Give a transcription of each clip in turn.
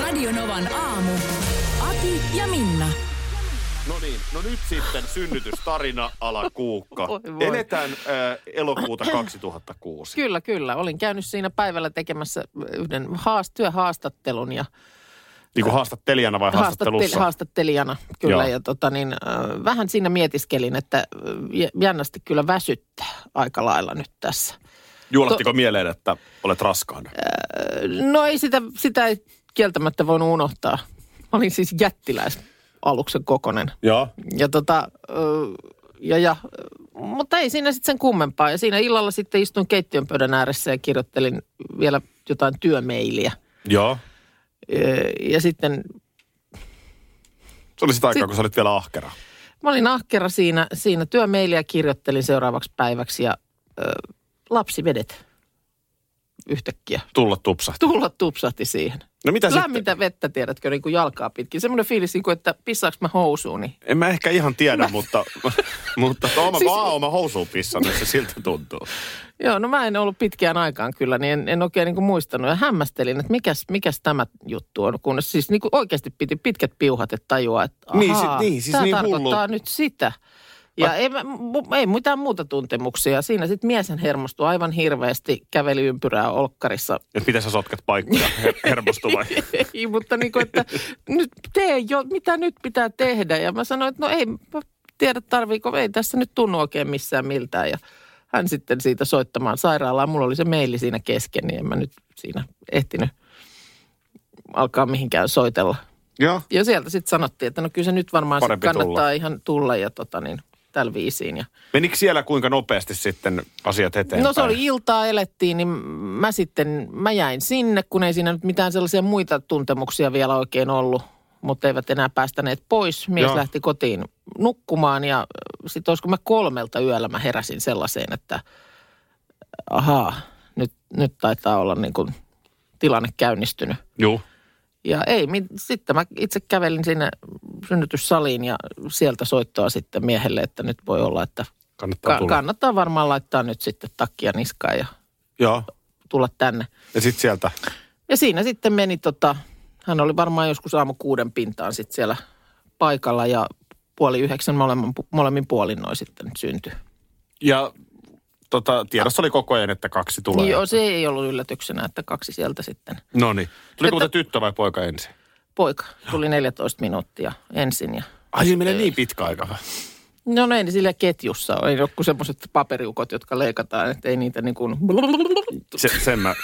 Radionovan aamu. Ati ja Minna. No niin, no nyt sitten synnytystarina ala kuukka. Voi voi. Eletään äh, elokuuta 2006. Kyllä, kyllä. Olin käynyt siinä päivällä tekemässä yhden haast- työhaastattelun ja Niin kuin haastattelijana vai haastattelussa? haastatte- haastattelijana. Kyllä, Joo. ja tota niin, äh, vähän siinä mietiskelin, että äh, jä- jännästi kyllä väsyttää aika lailla nyt tässä. Juulahtiko mieleen, että olet raskaana? No ei sitä, sitä ei kieltämättä voinut unohtaa. Mä olin siis jättiläisaluksen kokonen. Joo. Ja tota, ö, ja, ja, ö, mutta ei siinä sitten sen kummempaa. Ja siinä illalla sitten istuin keittiön pöydän ääressä ja kirjoittelin vielä jotain työmeiliä. Joo. Ö, Ja sitten Se oli sitä aikaa, Sit- kun sä olit vielä ahkera. mä olin ahkera siinä, siinä työmeiliä kirjoittelin seuraavaksi päiväksi ja ö, lapsi vedet yhtäkkiä. Tulla tupsahti. Tulla tupsahti siihen. No mitä sitten? Lämmintä vettä, tiedätkö, niin kuin jalkaa pitkin. Semmoinen fiilis, niin kuin, että pissaanko mä housuun, niin En mä ehkä ihan tiedä, mutta, mutta no, mä Siis- siis... vaan oon mä housuun pissannut, se siltä tuntuu. Joo, no mä en ollut pitkään aikaan kyllä, niin en, en oikein niin kuin muistanut. Ja hämmästelin, että mikäs, mikäs tämä juttu on, kunnes siis niin kuin oikeasti piti pitkät piuhat, että tajua, että ahaa, Niin, si- niin, siis tämä niin hullu. tarkoittaa nyt sitä. Ja ei, mä- mu- ei mitään muuta tuntemuksia. Siinä sitten miesen hermostui aivan hirveästi, käveli ympyrää olkkarissa. Et miten sä sotkat paikkoja, her- hermostu vai? ei, mutta niin kuin, että nyt tee jo, mitä nyt pitää tehdä. Ja mä sanoin, että no ei mä tiedä tarviiko, ei tässä nyt tunnu oikein missään miltään. Ja hän sitten siitä soittamaan sairaalaan. Mulla oli se meili siinä kesken, niin en mä nyt siinä ehtinyt alkaa mihinkään soitella. Joo. Ja sieltä sitten sanottiin, että no kyllä se nyt varmaan sit Parempi kannattaa tulla. ihan tulla ja tota niin, tällä viisiin. Ja Menikö siellä kuinka nopeasti sitten asiat eteenpäin? No se oli iltaa, elettiin, niin mä sitten, mä jäin sinne, kun ei siinä nyt mitään sellaisia muita tuntemuksia vielä oikein ollut, mutta eivät enää päästäneet pois. Mies Joo. Joo. lähti kotiin nukkumaan ja sitten olisiko mä kolmelta yöllä mä heräsin sellaiseen, että ahaa, nyt, nyt taitaa olla niin kuin tilanne käynnistynyt. Joo. Ja ei, mit- sitten mä itse kävelin sinne synnytyssaliin ja sieltä soittoa sitten miehelle, että nyt voi olla, että Kannattaa ka- tulla. kannattaa varmaan laittaa nyt sitten takia niskaan ja Joo. tulla tänne. Ja sitten sieltä. Ja siinä sitten meni tota, hän oli varmaan joskus aamu kuuden pintaan sitten siellä paikalla ja puoli yhdeksän molemmin, molemmin puolin noin sitten syntyi. Ja tota, tiedossa oli koko ajan, että kaksi tulee. Joo, Niin se ei ollut yllätyksenä, että kaksi sieltä sitten. No niin. Tuli Että- muuten tyttö vai poika ensin? Poika tuli 14 minuuttia ensin ja Ai se menee niin pitkä aika. vai? No ne ei sillä ketjussa ole. Ei ole semmoiset paperiukot, jotka leikataan, että ei niitä niin kuin... Se, sen mä,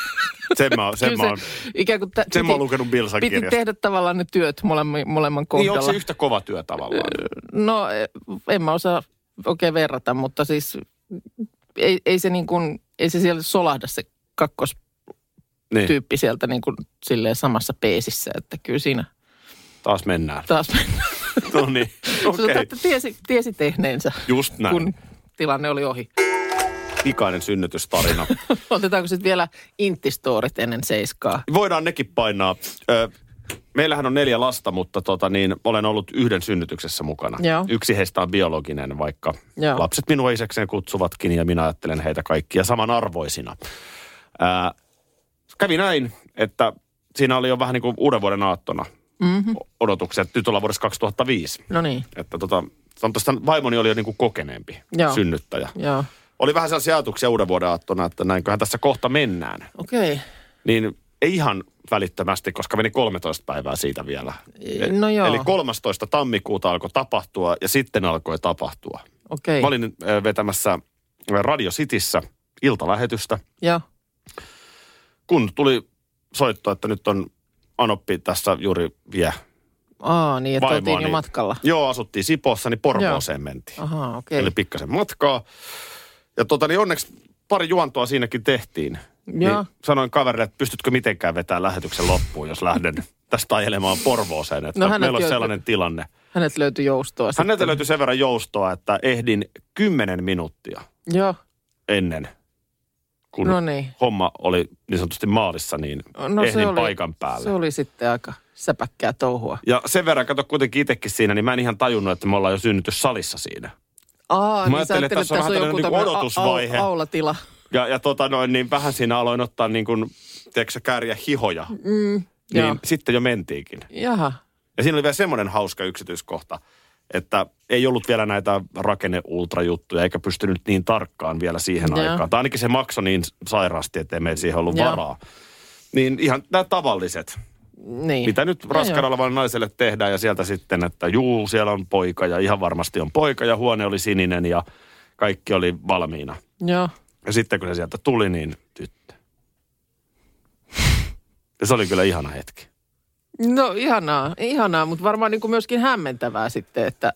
sen mä, sen mä, Kyllä oon, se ikään kuin tä- sen mä oon piti- lukenut Bilsan Piti kirjasta. tehdä tavallaan ne työt molemmin, molemman Niin kohdalla. onko se yhtä kova työ tavallaan? No en mä osaa oikein verrata, mutta siis ei, ei se niin kuin, ei se siellä solahda se kakkostyyppi Niin, sieltä niin kuin silleen samassa peesissä, että kyllä siinä taas mennään. taas mennään. No niin, okei. Sanotaan, että tiesi, tiesi tehneensä, Just näin. kun tilanne oli ohi. Pikainen synnytystarina. Otetaanko sitten vielä inttistoorit ennen seiskaa? Voidaan nekin painaa. Ö, meillähän on neljä lasta, mutta tota, niin, olen ollut yhden synnytyksessä mukana. Joo. Yksi heistä on biologinen, vaikka Joo. lapset minua isäkseen kutsuvatkin ja minä ajattelen heitä kaikkia samanarvoisina. Ää, kävi näin, että siinä oli jo vähän niin kuin uuden vuoden aattona mm-hmm. odotukset. Nyt ollaan vuodessa 2005. No niin, Että tota, sanotaan, vaimoni oli jo niin kuin kokeneempi Joo. synnyttäjä. joo. Oli vähän sellaisia ajatuksia uuden vuoden aattona, että näinköhän tässä kohta mennään Okei. niin ei ihan välittömästi, koska meni 13 päivää siitä vielä. Okay. No joo, Eli 13. tammikuuta alkoi tapahtua ja sitten alkoi tapahtua. okei. Mä olin ö, vetämässä Radio Cityssä iltalähetystä, Joo, kun tuli soitto, että nyt on Anoppi tässä juuri vie. Aa, niin että Vaimoa, oltiin jo niin. matkalla. Joo, asuttiin Sipossa, niin Porvooseen mentiin. Ahaa, okei. Eli pikkasen matkaa. Ja tota, niin onneksi pari juontoa siinäkin tehtiin. Joo. Niin sanoin kaverille, että pystytkö mitenkään vetämään lähetyksen loppuun, jos lähden tästä ajelemaan Porvooseen. Että No no, hänet meillä on jo- sellainen tilanne. Hänet löytyi joustoa Häneltä löytyi sen verran joustoa, että ehdin 10 minuuttia Joo, ennen, kun no niin. homma oli niin sanotusti maalissa, niin No no, ehdin paikan päälle. Se oli sitten aika säpäkkää touhua. Ja sen verran, kato kuitenkin itsekin siinä, niin mä en ihan tajunnut, että me ollaan jo synnytyssalissa siinä. Aa, niin sä ajattelin, että ajattelet, tässä on vähän tällainen tämmönen niinku odotusvaihe. au- au- aulatila. Ja, ja tota noin, niin vähän siinä aloin ottaa niin kuin, tiedätkö sä, kääriä hihoja. Mm, niin joo. sitten jo mentiikin. Jaha. Ja siinä oli vielä semmoinen hauska yksityiskohta, että ei ollut vielä näitä rakenneultrajuttuja, eikä pystynyt niin tarkkaan vielä siihen Joo. aikaan. Tai ainakin se maksoi niin sairaasti, ettei meillä siihen ollut Joo. varaa. Niin ihan nämä tavalliset, Niin. mitä nyt No raskaana joo. olevalle naiselle tehdään ja sieltä sitten, että juu, siellä on poika ja ihan varmasti on poika ja huone oli sininen ja kaikki oli valmiina. Joo. Ja sitten kun se sieltä tuli, niin tyttö. Ja se oli kyllä ihana hetki. No ihanaa, ihanaa, mutta varmaan niin kuin myöskin hämmentävää sitten, että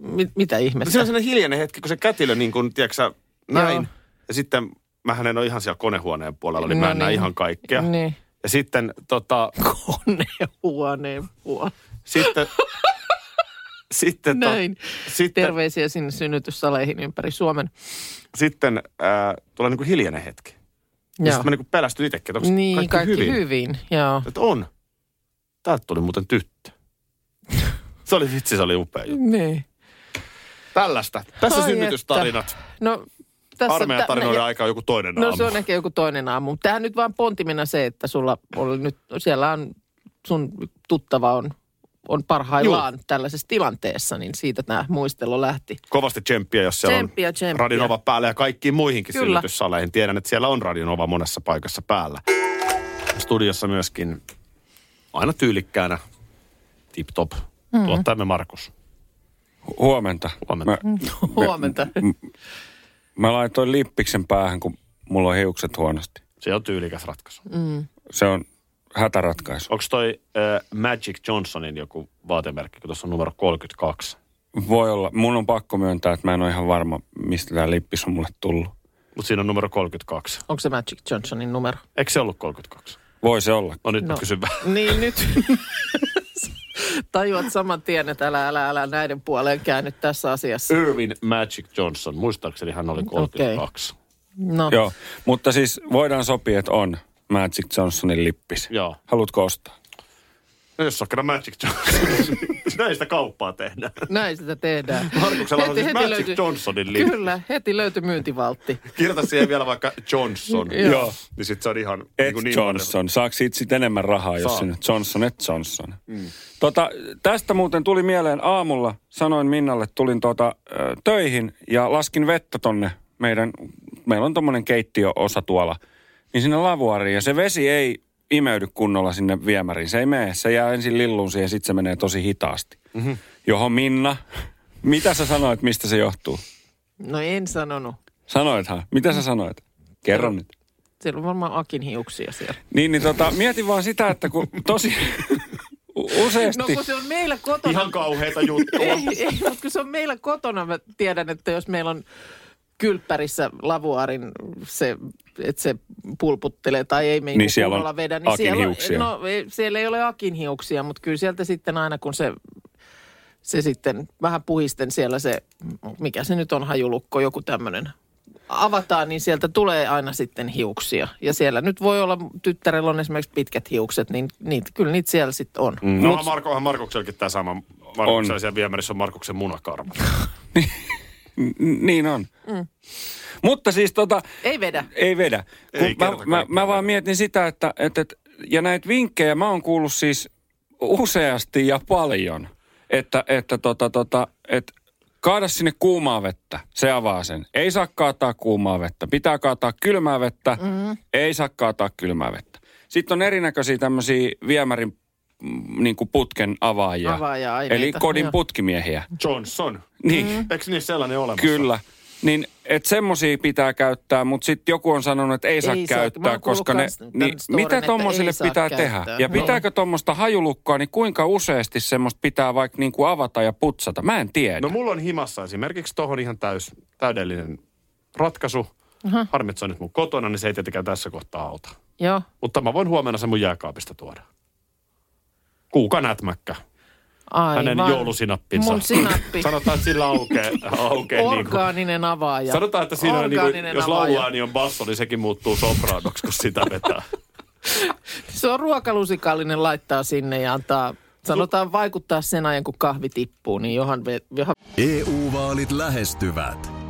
mit, mitä No se ihmettä. on sellainen hiljainen hetki, kun se kätilö niin kuin, tiedätkö sä, näin. Joo. Joo. Ja sitten, mähän en ole ihan siellä konehuoneen puolella, niin no mä en niin. No näe niin. ihan kaikkea. Niin. Niin. Ja sitten, tota, Konehuoneen puolella. sitten, sitten, to, Näin. sitten, Terveisiä sinne synnytyssaleihin ympäri Suomen. sitten ää, tulee niin kuin hiljainen hetki. Ja Joo. sitten mä niin kuin pelästyn itsekin, että onko Niin, kaikki, kaikki, hyvin. hyvin. hyvin. Joo. Että on. Täältä tuli muuten tyttö. Se oli vitsi, se oli upea juttu. Niin. Tällaista. Tässä Ai synnytystarinat. No, tässä, Armeijan tä- tarinoiden me- aika on joku toinen No aamu. se on ehkä joku toinen aamu. Mutta Tämähän nyt vaan pontimena se, että sulla oli nyt, siellä on sun tuttava on, on parhaillaan tällaisessa tilanteessa, niin siitä tämä muistelu lähti. Kovasti tsemppiä, jos siellä Tsemppiä, on tsemppiä. Radinova päällä ja kaikkiin muihinkin Kyllä. Kyllä. synnytyssaleihin. Tiedän, että siellä on Radinova monessa paikassa päällä. Studiossa myöskin aina tyylikkäänä tip-top mm. tuottajamme Markus. Huomenta. Huomenta. Mä, Huomenta. Mm. mä laitoin lippiksen päähän, kun mulla on hiukset huonosti. Se on tyylikäs ratkaisu. Mm. Se on hätäratkaisu. Onko toi äh, Magic Johnsonin joku vaatemerkki, kun tuossa on numero 32? Voi olla. Mun on pakko myöntää, että mä en ole ihan varma, mistä tämä lippis on mulle tullut. Mutta siinä on numero 32. Onko se Magic Johnsonin numero? Eikö se ollut 32? Voi se olla. No nyt no. No. mä kysyn vähän. Niin nyt. Tajuat saman tien, että älä, älä, älä näiden puoleen käänny tässä asiassa. Irvin Magic Johnson, muistaakseni hän oli 32. Okay. No, Joo, mutta siis voidaan sopia, että on Magic Johnsonin lippis. Joo. Haluatko ostaa? No jos on kerran Magic Johnson, näistä kauppaa tehdään. näin sitä tehdään. Markuksella on siis Magic Johnsonin lippis. Kyllä, heti löytyi myyntivaltti. Kirjoita siihen vielä vaikka Johnson. Joo. Niin sit se on ihan... Et niinku niin Johnson. Saako siitä sitten enemmän rahaa, jos Saa. sinne Johnson et Johnson? Mm. Tota, tästä muuten tuli mieleen aamulla. Sanoin Minnalle, tulin tota, ö, töihin ja laskin vettä tonne meidän, meillä on tommonen keittiöosa tuolla, niin sinne lavuariin. Ja se vesi ei imeydy kunnolla sinne viemäriin. Se ei mene. Se jää ensin lilluun siihen ja sitten se menee tosi hitaasti. Mm-hmm. Johon Minna, mitä sä sanoit, mistä se johtuu? No en sanonut. Sanoithan. Mitä sä sanoit? Kerro nyt. Siellä on varmaan Akin hiuksia siellä. Niin, niin tota, mietin vaan sitä, että kun tosi u- No useasti... kun se on meillä kotona. Ihan kauheita juttua. ei, ei, mutta kun se on meillä kotona, mä tiedän, että jos meillä on kylppärissä lavuaarin se, että se pulputtelee tai ei me Niin siellä on kunnolla vedä, Akin siellä, hiuksia. No ei, siellä ei ole akin hiuksia, mutta kyllä sieltä sitten aina kun se, se sitten vähän puhisten siellä se, mikä se nyt on, hajulukko, joku tämmöinen avataan, niin sieltä tulee aina sitten hiuksia. Ja siellä nyt voi olla, tyttärellä on esimerkiksi pitkät hiukset, niin niitä, kyllä niitä siellä sitten on. Mm. No onhan Marko, onhan Markuksellakin tämä sama. Markuksella siellä viemärissä on Markuksen munakarva. N- Niin on. Mm. Mutta siis tota, Ei vedä. ei vedä. Kun Ei mä, kerta mä, kaikkiaan mä vaan vedä. mietin sitä, että, että, että... Ja näitä vinkkejä mä oon kuullut siis useasti ja paljon, että, että tota, tota, että kaada sinne kuumaa vettä, se avaa sen. Ei saa kaataa kuumaa vettä, pitää kaataa kylmää vettä, Mm-hmm. mm. ei saa kaataa kylmää vettä. Sitten on erinäköisiä tämmöisiä viemärin mm, niin kuin putken avaajia. Avaajia, aineita, Eli kodin joo. putkimiehiä. Johnson. Niin. Eikö niin sellainen olemassa? Kyllä. Niin, että semmosia pitää käyttää, mutta sitten joku on sanonut, että ei saa Ei saa. Mä käyttää, oon kuullut koska ne... kans tän Niin, storin, mitä että tommosille ei saa pitää käyttää. tehdä? Ja No. pitääkö tuommoista hajulukkoa, niin kuinka useasti semmoista pitää vaikka niin kuin avata ja putsata? Mä en tiedä. No mulla on himassa esimerkiksi tohon ihan täys, täydellinen ratkaisu. Aha. Harmi, että se on nyt mun kotona, niin se ei tietenkään tässä kohtaa auta. Joo. Mutta mä voin huomenna sen mun jääkaapista tuoda. Kuuka nätmäkkä. Aivan. Hänen joulusinappinsa. Mun sinappi. Sanotaan, että sillä aukeaa. aukeaa niin kuin, Orgaaninen avaaja. sanotaan, että siinä on, niin kuin, Orgaaninen jos avaaja. lauluääni on basso, niin sekin muuttuu sopraanoksi, kun sitä vetää. niin- Se on ruokalusikallinen laittaa sinne ja antaa, sanotaan vaikuttaa sen ajan, kun kahvi tippuu, niin johan, ve- johan EU-vaalit E lähestyvät.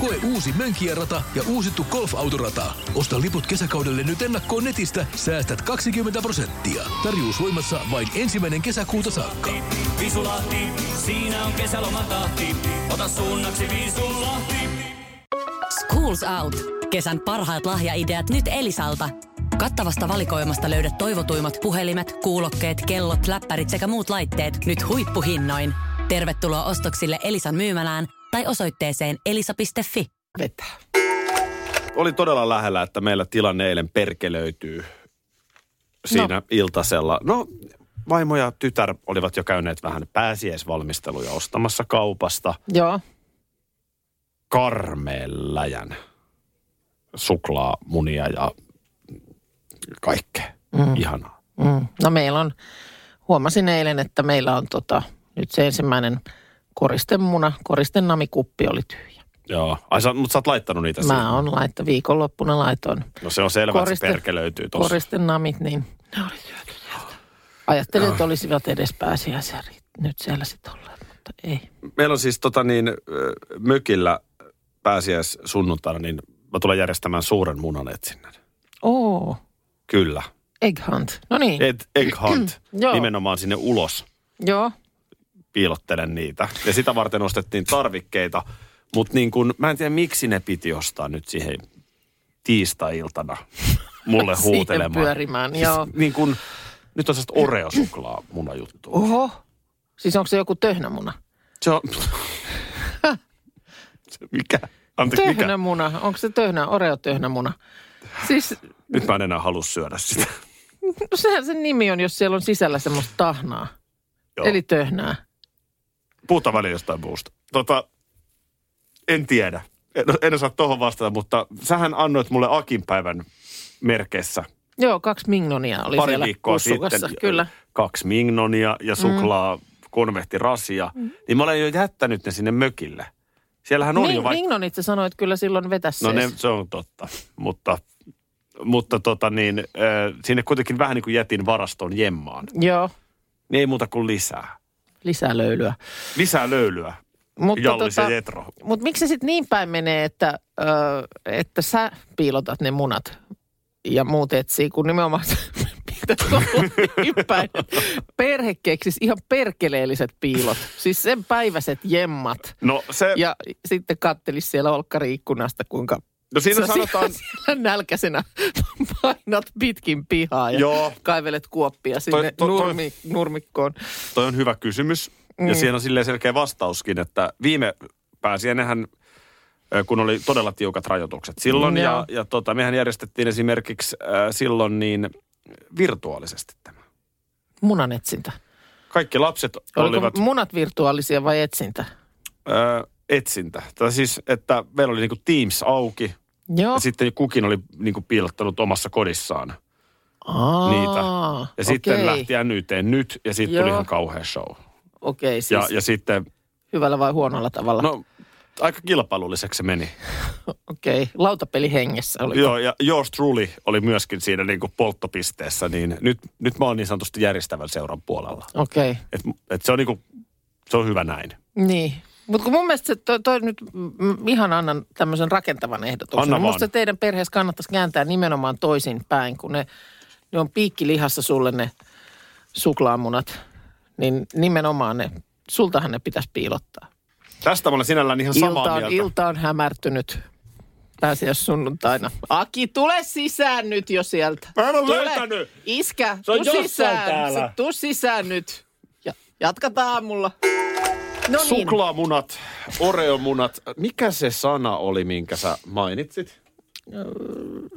Koe uusi Mönkijärata ja uusittu golfautorata. Osta liput kesäkaudelle nyt ennakkoon netistä, säästät 20 prosenttia. Tarjous voimassa vain ensimmäinen kesäkuuta saakka. Visulahti, siinä on kesälomatahti. Ota suunnaksi Visulahti. Schools Out. Kesän parhaat lahjaideat nyt Elisalta. Kattavasta valikoimasta löydät toivotuimmat puhelimet, kuulokkeet, kellot, läppärit sekä muut laitteet nyt huippuhinnoin. Tervetuloa ostoksille Elisan myymälään tai osoitteeseen elisa.fi. vetää. Oli todella lähellä, että meillä tilanne eilen perke löytyy siinä no. iltasella. No, vaimo ja tytär olivat jo käyneet vähän pääsiäisvalmisteluja ostamassa kaupasta. Joo. karmeen läjän suklaamunia ja kaikkea. Mm. Ihanaa. Mm. No meillä on, huomasin eilen, että meillä on tota, nyt se ensimmäinen koristemuna, koristenamikuppi oli tyhjä. Joo. Ai, sä, mutta sä oot laittanut niitä siihen. Mä oon laittaa, viikonloppuna laitoin No se on selvä, että Koriste- se perke löytyy tuossa. koristenamit, niin ne oli syöty sieltä. Ajattelin, Ah. että olisivat edes pääsiäisiä ri- nyt siellä sitten olleet, mutta ei. Meillä on siis tota niin, ö, mökillä pääsiäis sunnuntaina, niin mä tulen järjestämään suuren munanetsinän. Oo, Kyllä. egg hunt. No niin, Egg, egg hunt. Joo. Nimenomaan sinne ulos joo. piilottelen niitä. Ja sitä varten ostettiin tarvikkeita. Mutta niin kun, mä en tiedä miksi ne piti ostaa nyt siihen tiistai-iltana mulle Siihen huutelemaan. pyörimään, joo. Niin kun, nyt on sellaista oreosuklaa munajuttua. Oho. Siis onko se joku töhnämuna? Se on... se mikä? Anteeksi, mikä? Töhnämuna. Onko se töhnä, oreo-töhnämuna? Siis Nyt mä en enää halua syödä sitä. no sehän sen nimi on, jos siellä on sisällä semmoista tahnaa. Joo. Eli töhnää. Puhutaan välillä jostain muusta. Tota, en tiedä. En, en osaa tuohon vastata, mutta sähän annoit mulle Akin päivän merkeissä Joo, kaksi mignonia oli pari siellä viikkoa pussukassa. sitten Kyllä. kaksi mignonia ja suklaa mm. konvehtirasia, mm. niin mä olen jo jättänyt ne sinne mökille. Siellähän on jo Ming, vaik- Mignonit Niin, sä sanoit kyllä silloin vetä niin, No ne, sees. se on totta, mutta, mutta tota niin, äh, sinne kuitenkin vähän niin kuin jätin varaston jemmaan. Joo, Niin ei muuta kuin lisää. lisää löylyä. Lisää löylyä, Mutta Jallis ja tota- Jetro. Mutta miksi se sitten niin päin menee, että, ö, että sä piilotat ne munat ja muut etsii, kun nimenomaan se pitäisi olla niin päin. että Perhe keksisi ihan perkeleelliset piilot, siis sen päiväiset jemmat. No, se, Ja sitten kattelis siellä olkkariikkunasta, kuinka no siinä sä sanotaan, siellä, siellä nälkäisenä painat pitkin pihaa ja Joo. kaivelet kuoppia sinne toi- toi- nurmi, nurmikkoon. toi on hyvä kysymys. Niin. Mm. Ja siihen on silleen selkeä vastauskin, että viime pääsiäinenhän, ö, kun oli todella tiukat rajoitukset silloin, Mm, ja, joo. ja tota, mehän järjestettiin esimerkiksi äh, silloin niin virtuaalisesti tämä. Munan etsintä. Kaikki lapset Oliko olivat munat virtuaalisia vai etsintä? ö, etsintä. Tai siis, että meillä oli niinku Teams auki, Joo. ja sitten kukin oli niinku piilottanut omassa kodissaan Aa, niitä. Ja sitten okei. lähti NYT nyt, ja siitä tuli Joo. ihan kauhea show. Okei, siis Ja, ja, ja... ja sitten, hyvällä vai huonolla tavalla? No. no aika kilpailulliseksi se meni. Okei, lautapeli hengessä oli. Joo, ja yours truly oli myöskin siinä niin kuin polttopisteessä, niin nyt, nyt mä oon niin sanotusti järjestävän seuran puolella. Okei, Et, et se, on niin kuin, se on hyvä näin. niin. Mutta kun mun mielestä se toi, toi nyt mm, ihan annan tämmöisen rakentavan ehdotuksen. Anna vaan. Minusta teidän perheessä kannattaisi kääntää nimenomaan toisin päin, kun ne, ne on piikkilihassa sulle ne suklaamunat. Niin nimenomaan ne, sultahan ne pitäisi piilottaa. Tästä mä olen sinällään ihan samaa Ilta on, mieltä. ilta on hämärtynyt. Pääsiäis sunnuntaina. Aki, tule sisään nyt jo sieltä. Mä en oo tule. löytänyt. Iskä, on tuu jossain sisään. täällä. Sä- Tuu sisään nyt. Ja, jatkataan aamulla. No niin. Suklaamunat, oreomunat. Mikä se sana oli, minkä sä mainitsit?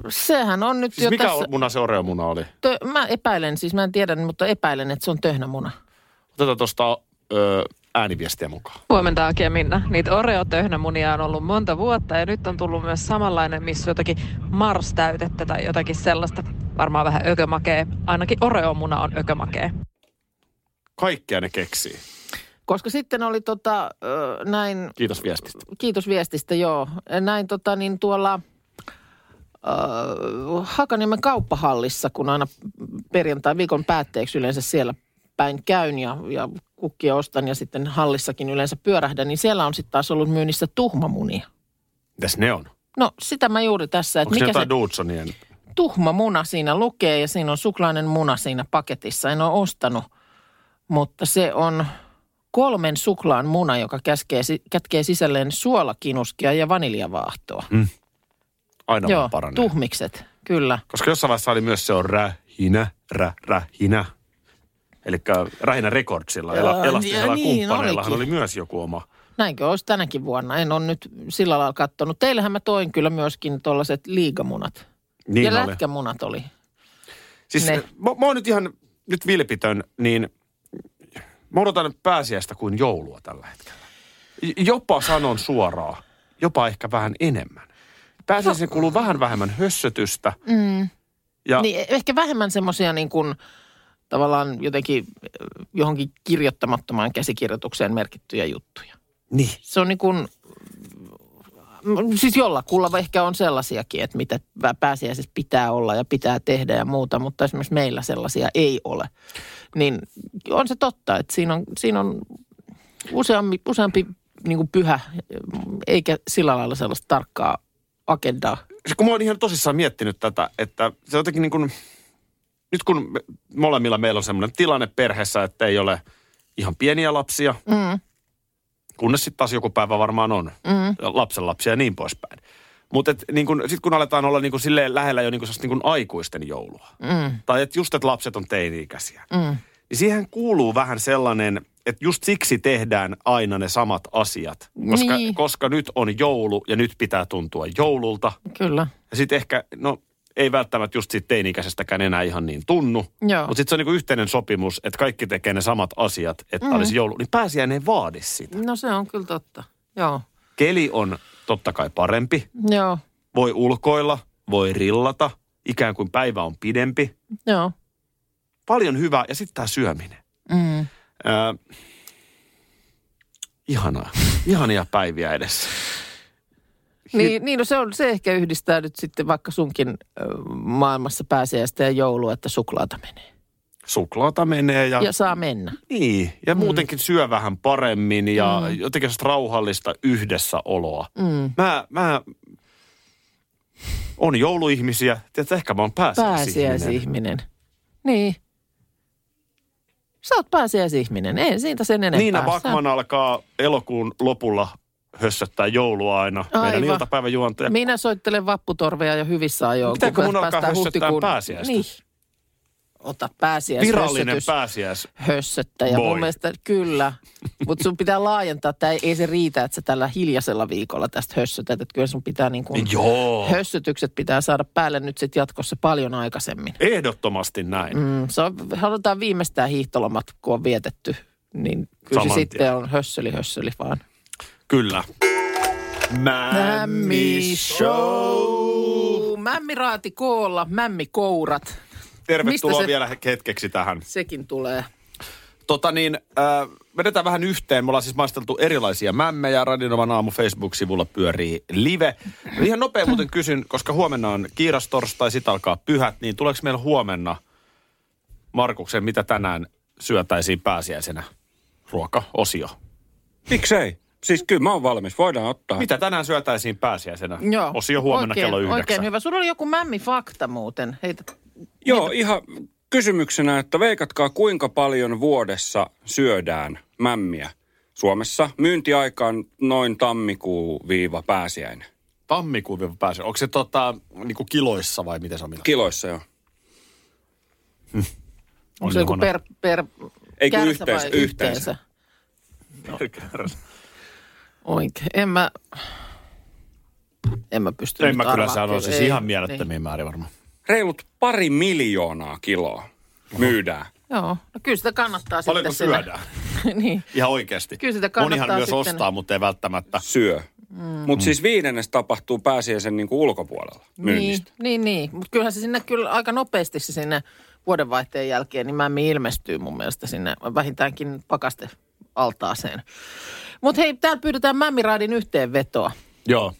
Sehän on nyt Siis jo mikä tässä. muna se oreomuna oli? Tö, mä epäilen, siis mä en tiedä, mutta epäilen, että se on töhnämuna. Otetaan tuosta ö, ääniviestiä mukaan. Huomenta Aki ja Minna. Niitä Oreo-töhnämunia on ollut monta vuotta ja nyt on tullut myös samanlainen, missä on jotakin Mars-täytettä tai jotakin sellaista. Varmaan vähän ökömakee. Ainakin Oreo-muna on ökömakee. Kaikkea ne keksii. Koska sitten oli tota, ö, näin Kiitos viestistä. Kiitos viestistä, joo. Näin tota, niin tuolla äh, Hakaniemen kauppahallissa, kun aina perjantai viikon päätteeksi yleensä siellä päin käyn ja, ja kukkia ostan ja sitten hallissakin yleensä pyörähdän, niin siellä on sitten taas ollut myynnissä tuhmamunia. Mitäs ne on? No sitä mä juuri tässä, että Onko se mikä se jotain Dudsonien? tuhmamuna siinä lukee ja siinä on suklainen muna siinä paketissa. En ole ostanut, mutta se on kolmen suklaan muna, joka käskee, si- kätkee sisälleen suolakinuskia ja vaniljavaahtoa. Aina Joo, vaan paranee. tuhmikset, kyllä. Koska jossain vaiheessa oli myös se on rähinä, rä, rähinä. Eli rähinä rekordsilla, Joo, ela, elastisella niin, kumppaneillahan oli olikin. myös joku oma. Näinkö olisi tänäkin vuonna? En ole nyt sillä lailla kattonut. Teillähän mä toin kyllä myöskin tuollaiset liigamunat. Niin ja oli. lätkämunat oli. Siis Ne. mä, mä oon nyt ihan nyt vilpitön, niin mä odotan pääsiäistä kuin joulua tällä hetkellä. J- Jopa sanon suoraan, jopa ehkä vähän enemmän. Pääsiäisen No. kuuluu vähän vähemmän hössötystä. Mm. Ja niin. Niin ehkä vähemmän semmoisia niin kuin tavallaan jotenkin äh, johonkin kirjoittamattomaan käsikirjoitukseen merkittyjä juttuja. Niin. Se on niin kuin, mm, siis jollakulla ehkä on sellaisiakin, että mitä pä- pääsiäisessä pitää olla ja pitää tehdä ja muuta, mutta esimerkiksi meillä sellaisia ei ole. Niin on se totta, että siinä on, siinä on useampi, useampi niin kuin pyhä, mm, eikä sillä lailla sellaista tarkkaa agendaa. Siis kun mä oon ihan tosissaan miettinyt tätä, että se jotenkin niin kuin, nyt kun me, molemmilla meillä on semmoinen tilanne perheessä, että ei ole ihan pieniä lapsia, Mm, kunnes sitten taas joku päivä varmaan on. mm. ja lapsenlapsia ja niin poispäin. Mutta niin sitten kun aletaan olla niin kun silleen lähellä jo niin kun niin kun aikuisten joulua, Mm, tai että just, että lapset on teini-ikäisiä, mm. niin siihen kuuluu vähän sellainen, että just siksi tehdään aina ne samat asiat. Koska, Niin. koska nyt on joulu ja nyt pitää tuntua joululta. Kyllä, Ja sitten ehkä, no ei välttämättä just siitä teini-ikäisestäkään enää ihan niin tunnu. joo. Mutta sitten se on niinku yhteinen sopimus, että kaikki tekee ne samat asiat, että mm. olisi joulu. Niin pääsiäinen ei vaadi sitä. No se on kyllä totta, joo. Keli on totta kai parempi. Joo, voi ulkoilla, voi rillata, ikään kuin päivä on pidempi. joo. Paljon hyvää ja sitten tämä syöminen. Mm. Ää, ihanaa. Ihania päiviä edessä. Niin, niin no se, on, se ehkä yhdistää nyt sitten vaikka sunkin ö, maailmassa pääsiäistä ja joulua, että suklaata menee. Suklaata menee ja, Ja, ja saa mennä. niin, ja muutenkin syö vähän paremmin ja mm. jotenkin sellaista rauhallista yhdessäoloa. Mm. Mä, mä on jouluihmisiä, tiedät, ehkä mä oon pääsiäisihminen. Pääsiäisihminen. Niin. Sä oot pääsiäisihminen, ei siitä sen enempää. Niina Sä- Bakman alkaa elokuun lopulla hössöttää joulua aina. Meidän Aivan. iltapäiväjuontaja Minä soittelen vapputorveja jo hyvissä ajoin. Pitääkö kun mun alkaa päästään hössöttää huhtikuun- pääsiäistä? Niin. Ota pääsiäis. Virallinen hössötys. pääsiäis. hössöttäjä. Boy. Mun mielestä kyllä. Mutta sun pitää laajentaa. Tämä ei, ei se riitä, että sä tällä hiljaisella viikolla tästä hössötät. Että kyllä sun pitää niin kuin... Joo. Hössötykset pitää saada päälle nyt sitten jatkossa paljon aikaisemmin. Ehdottomasti näin. Mm. Mm, se on, halutaan viimeistään hiihtolomat, kun on vietetty. Niin kyllä Saman se tien. sitten on hössöli hössöli vaan. Kyllä. Mämmi Show. Mämmi raati koolla, mämmi kourat. Tervetuloa Mistä se- vielä hetkeksi tähän. Sekin tulee. Tota niin, äh, vedetään vähän yhteen. Me ollaan siis maisteltu erilaisia mämmejä. Radinovan aamu Facebook-sivulla pyörii live. Ihan nopea muuten kysyn, koska huomenna on kiirastorstai, sit alkaa pyhät, niin tuleeko meillä huomenna Markuksen, mitä tänään syötäisiin pääsiäisenä? Ruoka-osio. Miksei? Siis kyllä mä oon valmis, voidaan ottaa. Mitä tänään syötäisiin pääsiäisenä? Joo. Osio huomenna oikein, kello yhdeksän. Oikein hyvä. Sulla oli joku mämmi fakta muuten. Heitä. Joo, ihan kysymyksenä, että veikatkaa kuinka paljon vuodessa syödään mämmiä. Suomessa. Myyntiaika on noin tammikuu-pääsiäinen. Tammikuun vielä pääsee. Onko se tota, niinku kiloissa vai miten se on? Millä? Kiloissa jo. Onko se joku per, per Ei, kun kärsä yhteensä, vai yhteensä. No. Oikein. En mä, en mä pysty en nyt mä kyllä arvaa. sano, siis Ei, niin. ihan mielettömiä määriä varmaan. Reilut pari miljoonaa kiloa myydään. Niin. Joo, no kyllä sitä kannattaa Paljonko sitten syödään? niin. Ihan oikeasti. Kyllä sitä Monihan kannattaa myös sitten- ostaa, mutta ei välttämättä. Syö. Mm. Mutta siis viidennes tapahtuu pääsiäisen niin kuin ulkopuolella Niin, myynnistä. niin, niin. Mutta kyllähän se sinne kyllä aika nopeasti se sinne vuodenvaihteen jälkeen, niin mämmi ilmestyy mun mielestä sinne vähintäänkin pakaste altaaseen. Mutta hei, täällä pyydetään Mämmiraadin yhteenvetoa. Joo.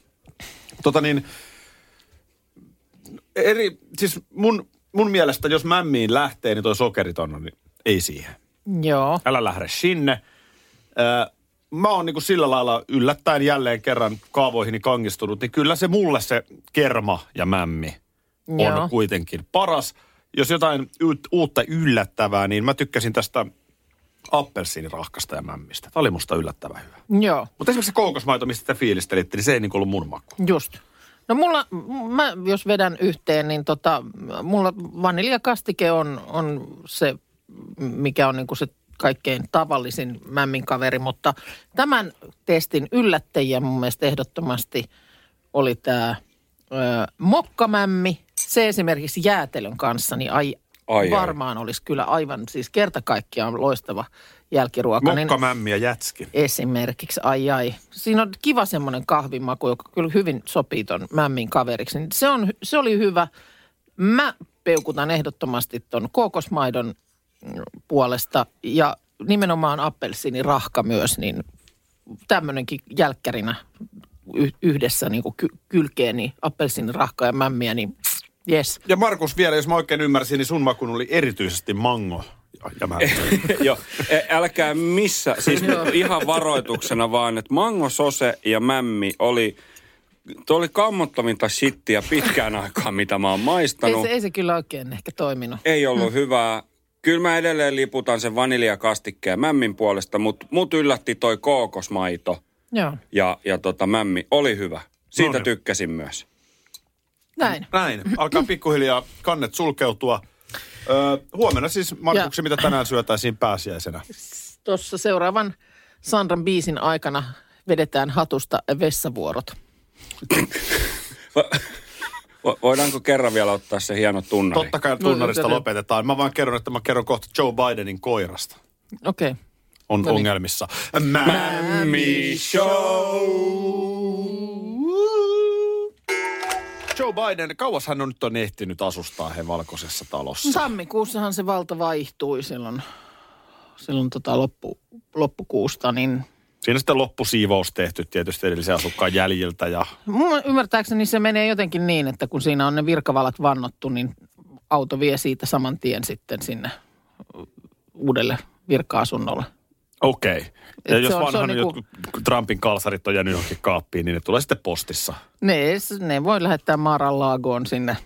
Tota niin, eri, siis mun, mun mielestä, jos mämmiin lähtee, niin toi sokeriton on, niin ei siihen. Joo. Älä lähde sinne. Öö, mä oon niinku sillä lailla yllättäen jälleen kerran kaavoihini kangistunut, niin kyllä se mulle se kerma ja mämmi on Joo. kuitenkin paras. Jos jotain yt- uutta yllättävää, niin mä tykkäsin tästä appelsiinirahkasta ja mämmistä. Tämä oli musta yllättävän hyvä. Joo, Mutta esimerkiksi se koukosmaito, mistä te fiilistelitte, niin se ei niinku ollut mun maku. just. No mulla, m- mä jos vedän yhteen, niin tota, mulla vaniljakastike on, on se, mikä on niinku se kaikkein tavallisin mämmin kaveri, mutta tämän testin yllättäjiä mun mielestä ehdottomasti oli tämä mokkamämmi. Se esimerkiksi jäätelön kanssa, niin ai, Ai, ai. ai varmaan olisi kyllä aivan, siis kerta kaikkiaan loistava jälkiruoka. Niin- Mokka, mämmi ja jätski. esimerkiksi, ai ai. Siinä on kiva semmoinen kahvimaku, joka kyllä hyvin sopii ton mämmin kaveriksi. Niin Se, on, se oli hyvä. Mä peukutan ehdottomasti ton kookosmaidon mm, puolesta ja nimenomaan appelsiinirahka myös, niin tämmöinenkin jälkkärinä yh- yhdessä niin kuin ky- kylkeen, niin appelsiinirahka ja mämmiä, niin jes. Ja Markus vielä, jos mä oikein ymmärsin, niin sun makun oli erityisesti mango ja, ja mämmi. Joo, Ä- älkää missä, siis Joo. ihan varoituksena vaan, että mango sose ja mämmi oli, toi oli kammottavinta shittiä pitkään aikaan, mitä mä oon Ei maistanut. se, ei se kyllä oikein ehkä toiminut. ei ollut hmm. hyvää. Kyllä mä edelleen liputan sen vaniljakastikkeen mämmin puolesta, mutta mut yllätti toi kookosmaito Joo, ja, ja tota mämmi. Oli hyvä. No Siitä niin. Noniin. tykkäsin myös. näin. Näin, alkaa pikkuhiljaa kannet sulkeutua. Öö, huomenna siis Markuksen, mitä tänään syötäisiin pääsiäisenä. tuossa seuraavan Sandran biisin aikana vedetään hatusta vessavuorot. Vo- vo- Voidaanko kerran vielä ottaa se hieno tunnari? Totta kai No, tunnarista no, no. lopetetaan. Mä vaan kerron, että mä kerron kohta Joe Bidenin koirasta. Okei. Okay. On ongelmissa. Mämmi Show! Joe Biden, kauas hän on nyt on ehtinyt asustaa he valkoisessa talossa. Tammikuussahan se valta vaihtui silloin, silloin tota loppu, loppukuusta, niin Siinä sitten loppusiivous tehty tietysti edellisen asukkaan jäljiltä ja mun ymmärtääkseni se menee jotenkin niin, että kun siinä on ne virkavalat vannottu, niin auto vie siitä saman tien sitten sinne uudelle virka-asunnolle. Okei. Ja Et jos se on- se on vanhan niinku- jotkut Trumpin kalsarit on jäänyt johonkin kaappiin, niin ne tulee sitten postissa. Ne, ne voi lähettää Maarallaagoon sinne,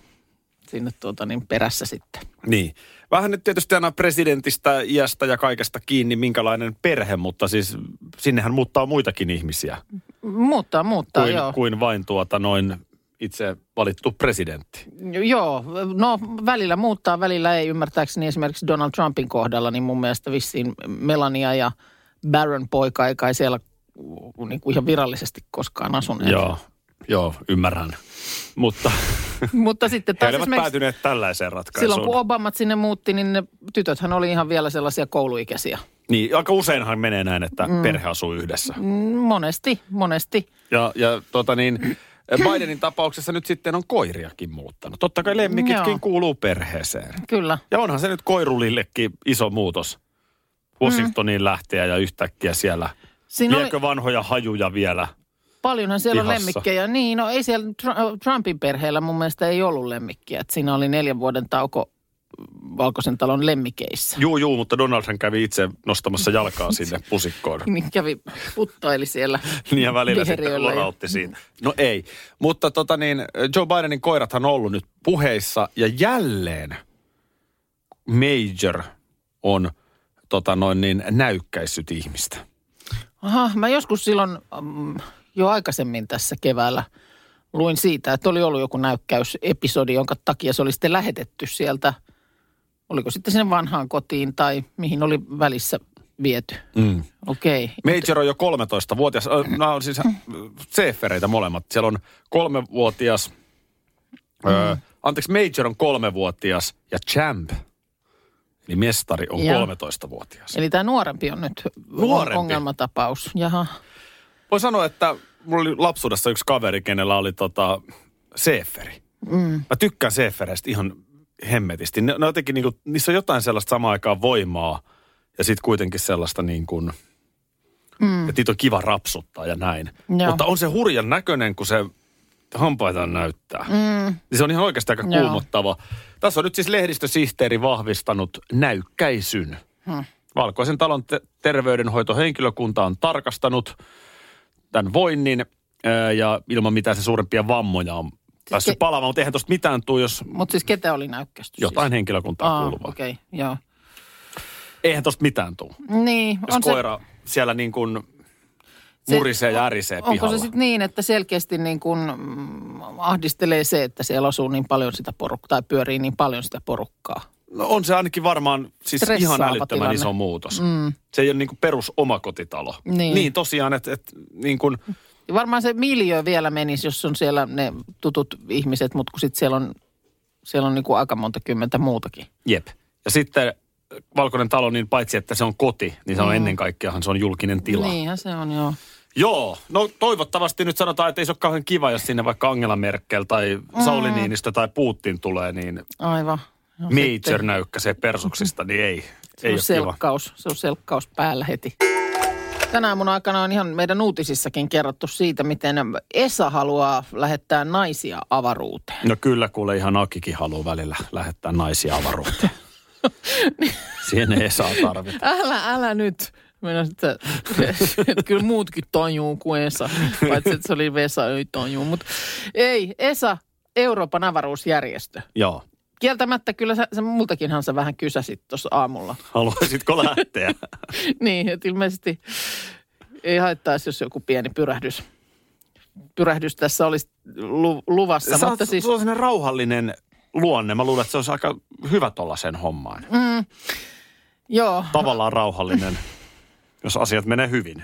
sinne tuota niin perässä sitten. Niin. Vähän nyt tietysti aina presidentistä, iästä ja kaikesta kiinni, minkälainen perhe, mutta siis sinnehän muuttaa muitakin ihmisiä Muuttaa, muuttaa, kuin, joo. kuin vain tuota noin itse valittu presidentti. Joo, no välillä muuttaa, välillä ei ymmärtääkseni esimerkiksi Donald Trumpin kohdalla, niin mun mielestä vissiin Melania ja Barron poika ei kai siellä niin kuin ihan virallisesti koskaan asuneet. Joo, joo, ymmärrän. Mutta Mutta sitten he taas olivat esimerkiksi päätyneet tällaiseen ratkaisuun. silloin kun Obamat sinne muutti, niin ne tytöthän oli ihan vielä sellaisia kouluikäisiä. Niin, aika useinhan menee näin, että mm. perhe asuu yhdessä. Mm, Monesti, monesti. Ja, ja tota niin, Bidenin tapauksessa nyt sitten on koiriakin muuttanut. Totta kai lemmikitkin Joo. kuuluu perheeseen. Kyllä, Ja onhan se nyt koirulillekin iso muutos. Washingtoniin lähteä ja yhtäkkiä siellä. Siinä Mm. Niin oli- Viekö vanhoja hajuja vielä? paljonhan siellä on Pihassa. lemmikkejä. Niin, no ei siellä Tr- Trumpin perheellä mun mielestä ei ollut lemmikkiä. Et siinä oli neljän vuoden tauko mm, Valkoisen talon lemmikeissä. Juu, juu, mutta Donaldhan kävi itse nostamassa jalkaa sinne pusikkoon. niin kävi puttaili siellä. Niin ja välillä sitten Viheriöllä ja- lorautti siinä. No ei, mutta tota niin, Joe Bidenin koirathan on ollut nyt puheissa ja jälleen Major on tota noin niin näykkäissyt ihmistä. Aha, mä joskus silloin mm, jo aikaisemmin tässä keväällä luin siitä, että oli ollut joku näykkäysepisodi, jonka takia se oli sitten lähetetty sieltä, oliko sitten sinne vanhaan kotiin tai mihin oli välissä viety. Mm. Okei. Major on jo 13-vuotias. Ö, Nämä on siis seefereitä molemmat. Siellä on kolmevuotias, mm. anteeksi, Major on kolmevuotias ja Champ, eli mestari, on Joo. 13-vuotias. Eli tämä nuorempi on nyt Nuorempi? nuorempi. ongelmatapaus. Jaha. Voi sanoa, että mulla oli lapsuudessa yksi kaveri, kenellä oli tota, seeferi. Mm. Mä tykkään seefereistä ihan hemmetisti. Ne, ne on jotenkin, niinku, niissä on jotain sellaista samaan aikaan voimaa ja sitten kuitenkin sellaista niin kuin, mm. että niitä on kiva rapsuttaa ja näin. Joo. Mutta on se hurjan näköinen, kun se hampaitaan näyttää. Mm. Se on ihan oikeasti aika Joo. kuumottava. Tässä on nyt siis lehdistösihteeri vahvistanut näykkäisyn. Hmm. Valkoisen talon te- terveydenhoitohenkilökunta on tarkastanut tämän voinnin ää, ja ilman mitään se suurempia vammoja on päässyt Siis ke- palaamaan. Mutta eihän tuosta mitään tule, jos Mutta siis ketä oli näykkästy? jotain siis? henkilökuntaa Aa, kuuluvaa. okei, okay, joo. Eihän tuosta mitään tule, Niin, jos on se- koira siellä niin kuin Se- murisee ja ärisee Onko pihalla. se sitten niin, että selkeästi niin kun, mm, ahdistelee se, että siellä asuu niin paljon sitä porukkaa tai pyörii niin paljon sitä porukkaa? No on se ainakin varmaan siis ihan Stressaava älyttömän tilanne. iso muutos. Mm. Se ei ole niin kuin perus omakotitalo. Niin. niin tosiaan, että et, niin kuin Ja varmaan se miljö vielä menisi, jos on siellä ne tutut ihmiset, mutta kun sitten siellä on, siellä on niin kuin aika monta kymmentä muutakin. Jep. Ja sitten Valkoinen talo, niin paitsi että se on koti, niin se on mm. ennen kaikkeahan se on julkinen tila. Niin. Niinhän se on, joo. Joo, no toivottavasti nyt sanotaan, että ei se ole kauhean kiva, jos sinne vaikka Angela Merkel tai Sauli Niinistö tai Putin tulee, niin Aivan. Mm. No, major näykkäsee persuksista, niin ei, Se ei ole on kiva. selkkaus, se on selkkaus päällä heti. Tänä aamun aikana on ihan meidän uutisissakin kerrottu siitä, miten Esa haluaa lähettää naisia avaruuteen. No kyllä, kuule ihan Akikin haluaa välillä lähettää naisia avaruuteen. Siihen ei saa tarvita. Älä, älä nyt. Minä sitä, että kyllä muutkin tajuu kuin Esa, paitsi että se oli Vesa, ei tajuu. Mutta ei, Esa, Euroopan avaruusjärjestö. Joo. Kieltämättä kyllä sä, sä multakinhan sä vähän kysäsit tuossa aamulla. Haluaisitko lähteä? Niin, että ilmeisesti ei haittaisi, jos joku pieni pyrähdys, pyrähdys tässä olisi lu, luvassa. Sä oot- mutta siis, Sulla on sellainen rauhallinen luonne. Mä luulen, että se olisi aika hyvä sen hommaan. Mm. joo. tavallaan rauhallinen, jos asiat menee hyvin.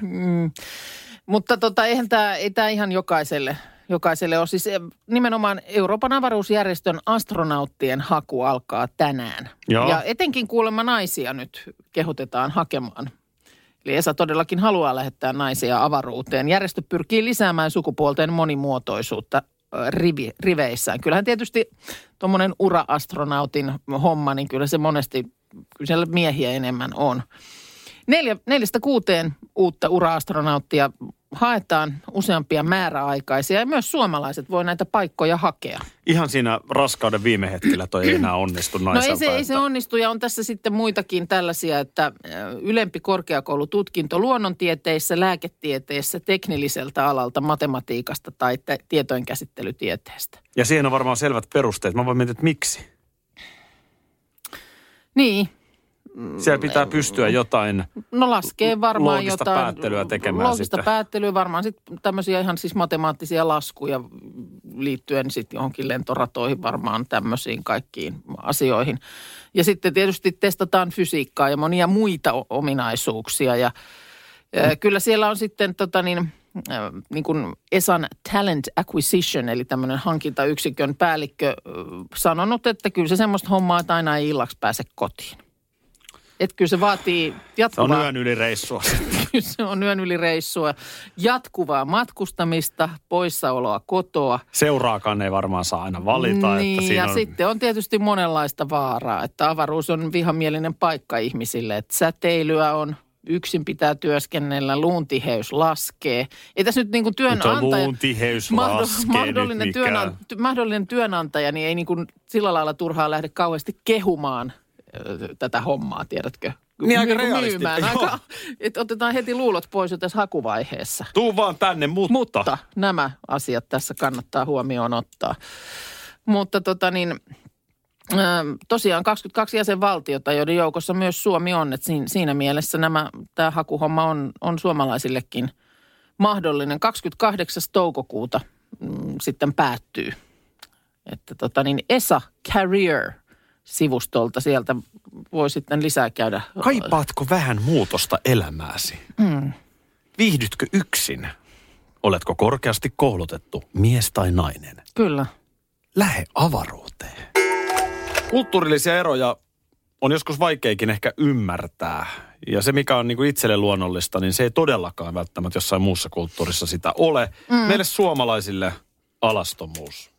Mutta tota, eihän tämä, ei tämä ihan jokaiselle, jokaiselle ole. Siis eh, nimenomaan Euroopan avaruusjärjestön astronauttien haku alkaa tänään. Joo. Ja etenkin kuulemma naisia nyt kehotetaan hakemaan. Eli ESA todellakin haluaa lähettää naisia avaruuteen. Järjestö pyrkii lisäämään sukupuolten monimuotoisuutta ö, rivi, riveissään. Kyllähän tietysti tuommoinen ura-astronautin homma, niin kyllä se monesti, kyllä siellä miehiä enemmän on. Neljä, neljästä kuuteen uutta ura-astronauttia haetaan useampia määräaikaisia ja myös suomalaiset voi näitä paikkoja hakea. Ihan siinä raskauden viime hetkellä toi ei enää onnistu No naiselta. ei se, ei se että- onnistu ja on tässä sitten muitakin tällaisia, että ö, ylempi korkeakoulututkinto luonnontieteissä, lääketieteessä, teknilliseltä alalta, matematiikasta tai tä- tietojenkäsittelytieteestä. Ja siihen on varmaan selvät perusteet. Mä voin miettiä, että miksi. Niin, Siellä pitää pystyä jotain. No laskee varmaan loogista jotain. päättelyä tekemään Loogista sitten. päättelyä, varmaan sitten tämmöisiä ihan siis matemaattisia laskuja liittyen sitten johonkin lentoratoihin, varmaan tämmöisiin kaikkiin asioihin. Ja sitten tietysti testataan fysiikkaa ja monia muita o- ominaisuuksia ja Mm. Ö, Kyllä siellä on sitten tota niin, ö, niin kuin Esan Talent Acquisition, eli tämmöinen hankintayksikön päällikkö ö, sanonut, että kyllä se semmoista hommaa, että aina ei illaksi pääse kotiin. Että kyllä se vaatii Se on jatkuvaa, yön yli reissua. kyllä se on yön yli reissua, jatkuvaa matkustamista, poissaoloa kotoa. Seuraakaan ei varmaan saa aina valita. että niin, siinä ja on... sitten on tietysti monenlaista vaaraa, että avaruus on vihamielinen paikka ihmisille, että säteilyä on, yksin pitää työskennellä, luuntiheys laskee. Ei tässä nyt niin kuin Nyt on työnantaja... luun tiheys Mahdo- laskee mahdollinen, nyt työnan, mikään. ty- mahdollinen työnantaja, niin ei niin kuin sillä lailla turhaa lähde kauheasti kehumaan ö, tätä hommaa, tiedätkö? Niin, aika kuin realisti- myymään. joo. Aika, että otetaan heti luulot pois jo tässä hakuvaiheessa. Tuu vaan tänne, mutta... Mutta nämä asiat tässä kannattaa huomioon ottaa. Mutta tota niin, Ö, Tosiaan 22 jäsenvaltiota, joiden joukossa myös Suomi on, että siin- siinä mielessä nämä, tämä hakuhomma on, on suomalaisillekin mahdollinen. 28. toukokuuta mm, sitten päättyy. Että tota niin, ESA Career-sivustolta sieltä voi sitten lisää käydä. Kaipaatko vähän muutosta elämääsi? Mm. Hmm. Viihdytkö yksin? Oletko korkeasti koulutettu mies tai nainen? Kyllä. Lähe avaruuteen. Kulttuurillisia eroja on joskus vaikeakin ehkä ymmärtää. Ja se, mikä on niin kuin itselle luonnollista, niin se ei todellakaan välttämättä jossain muussa kulttuurissa sitä ole. Mm. Meille suomalaisille alastomuus.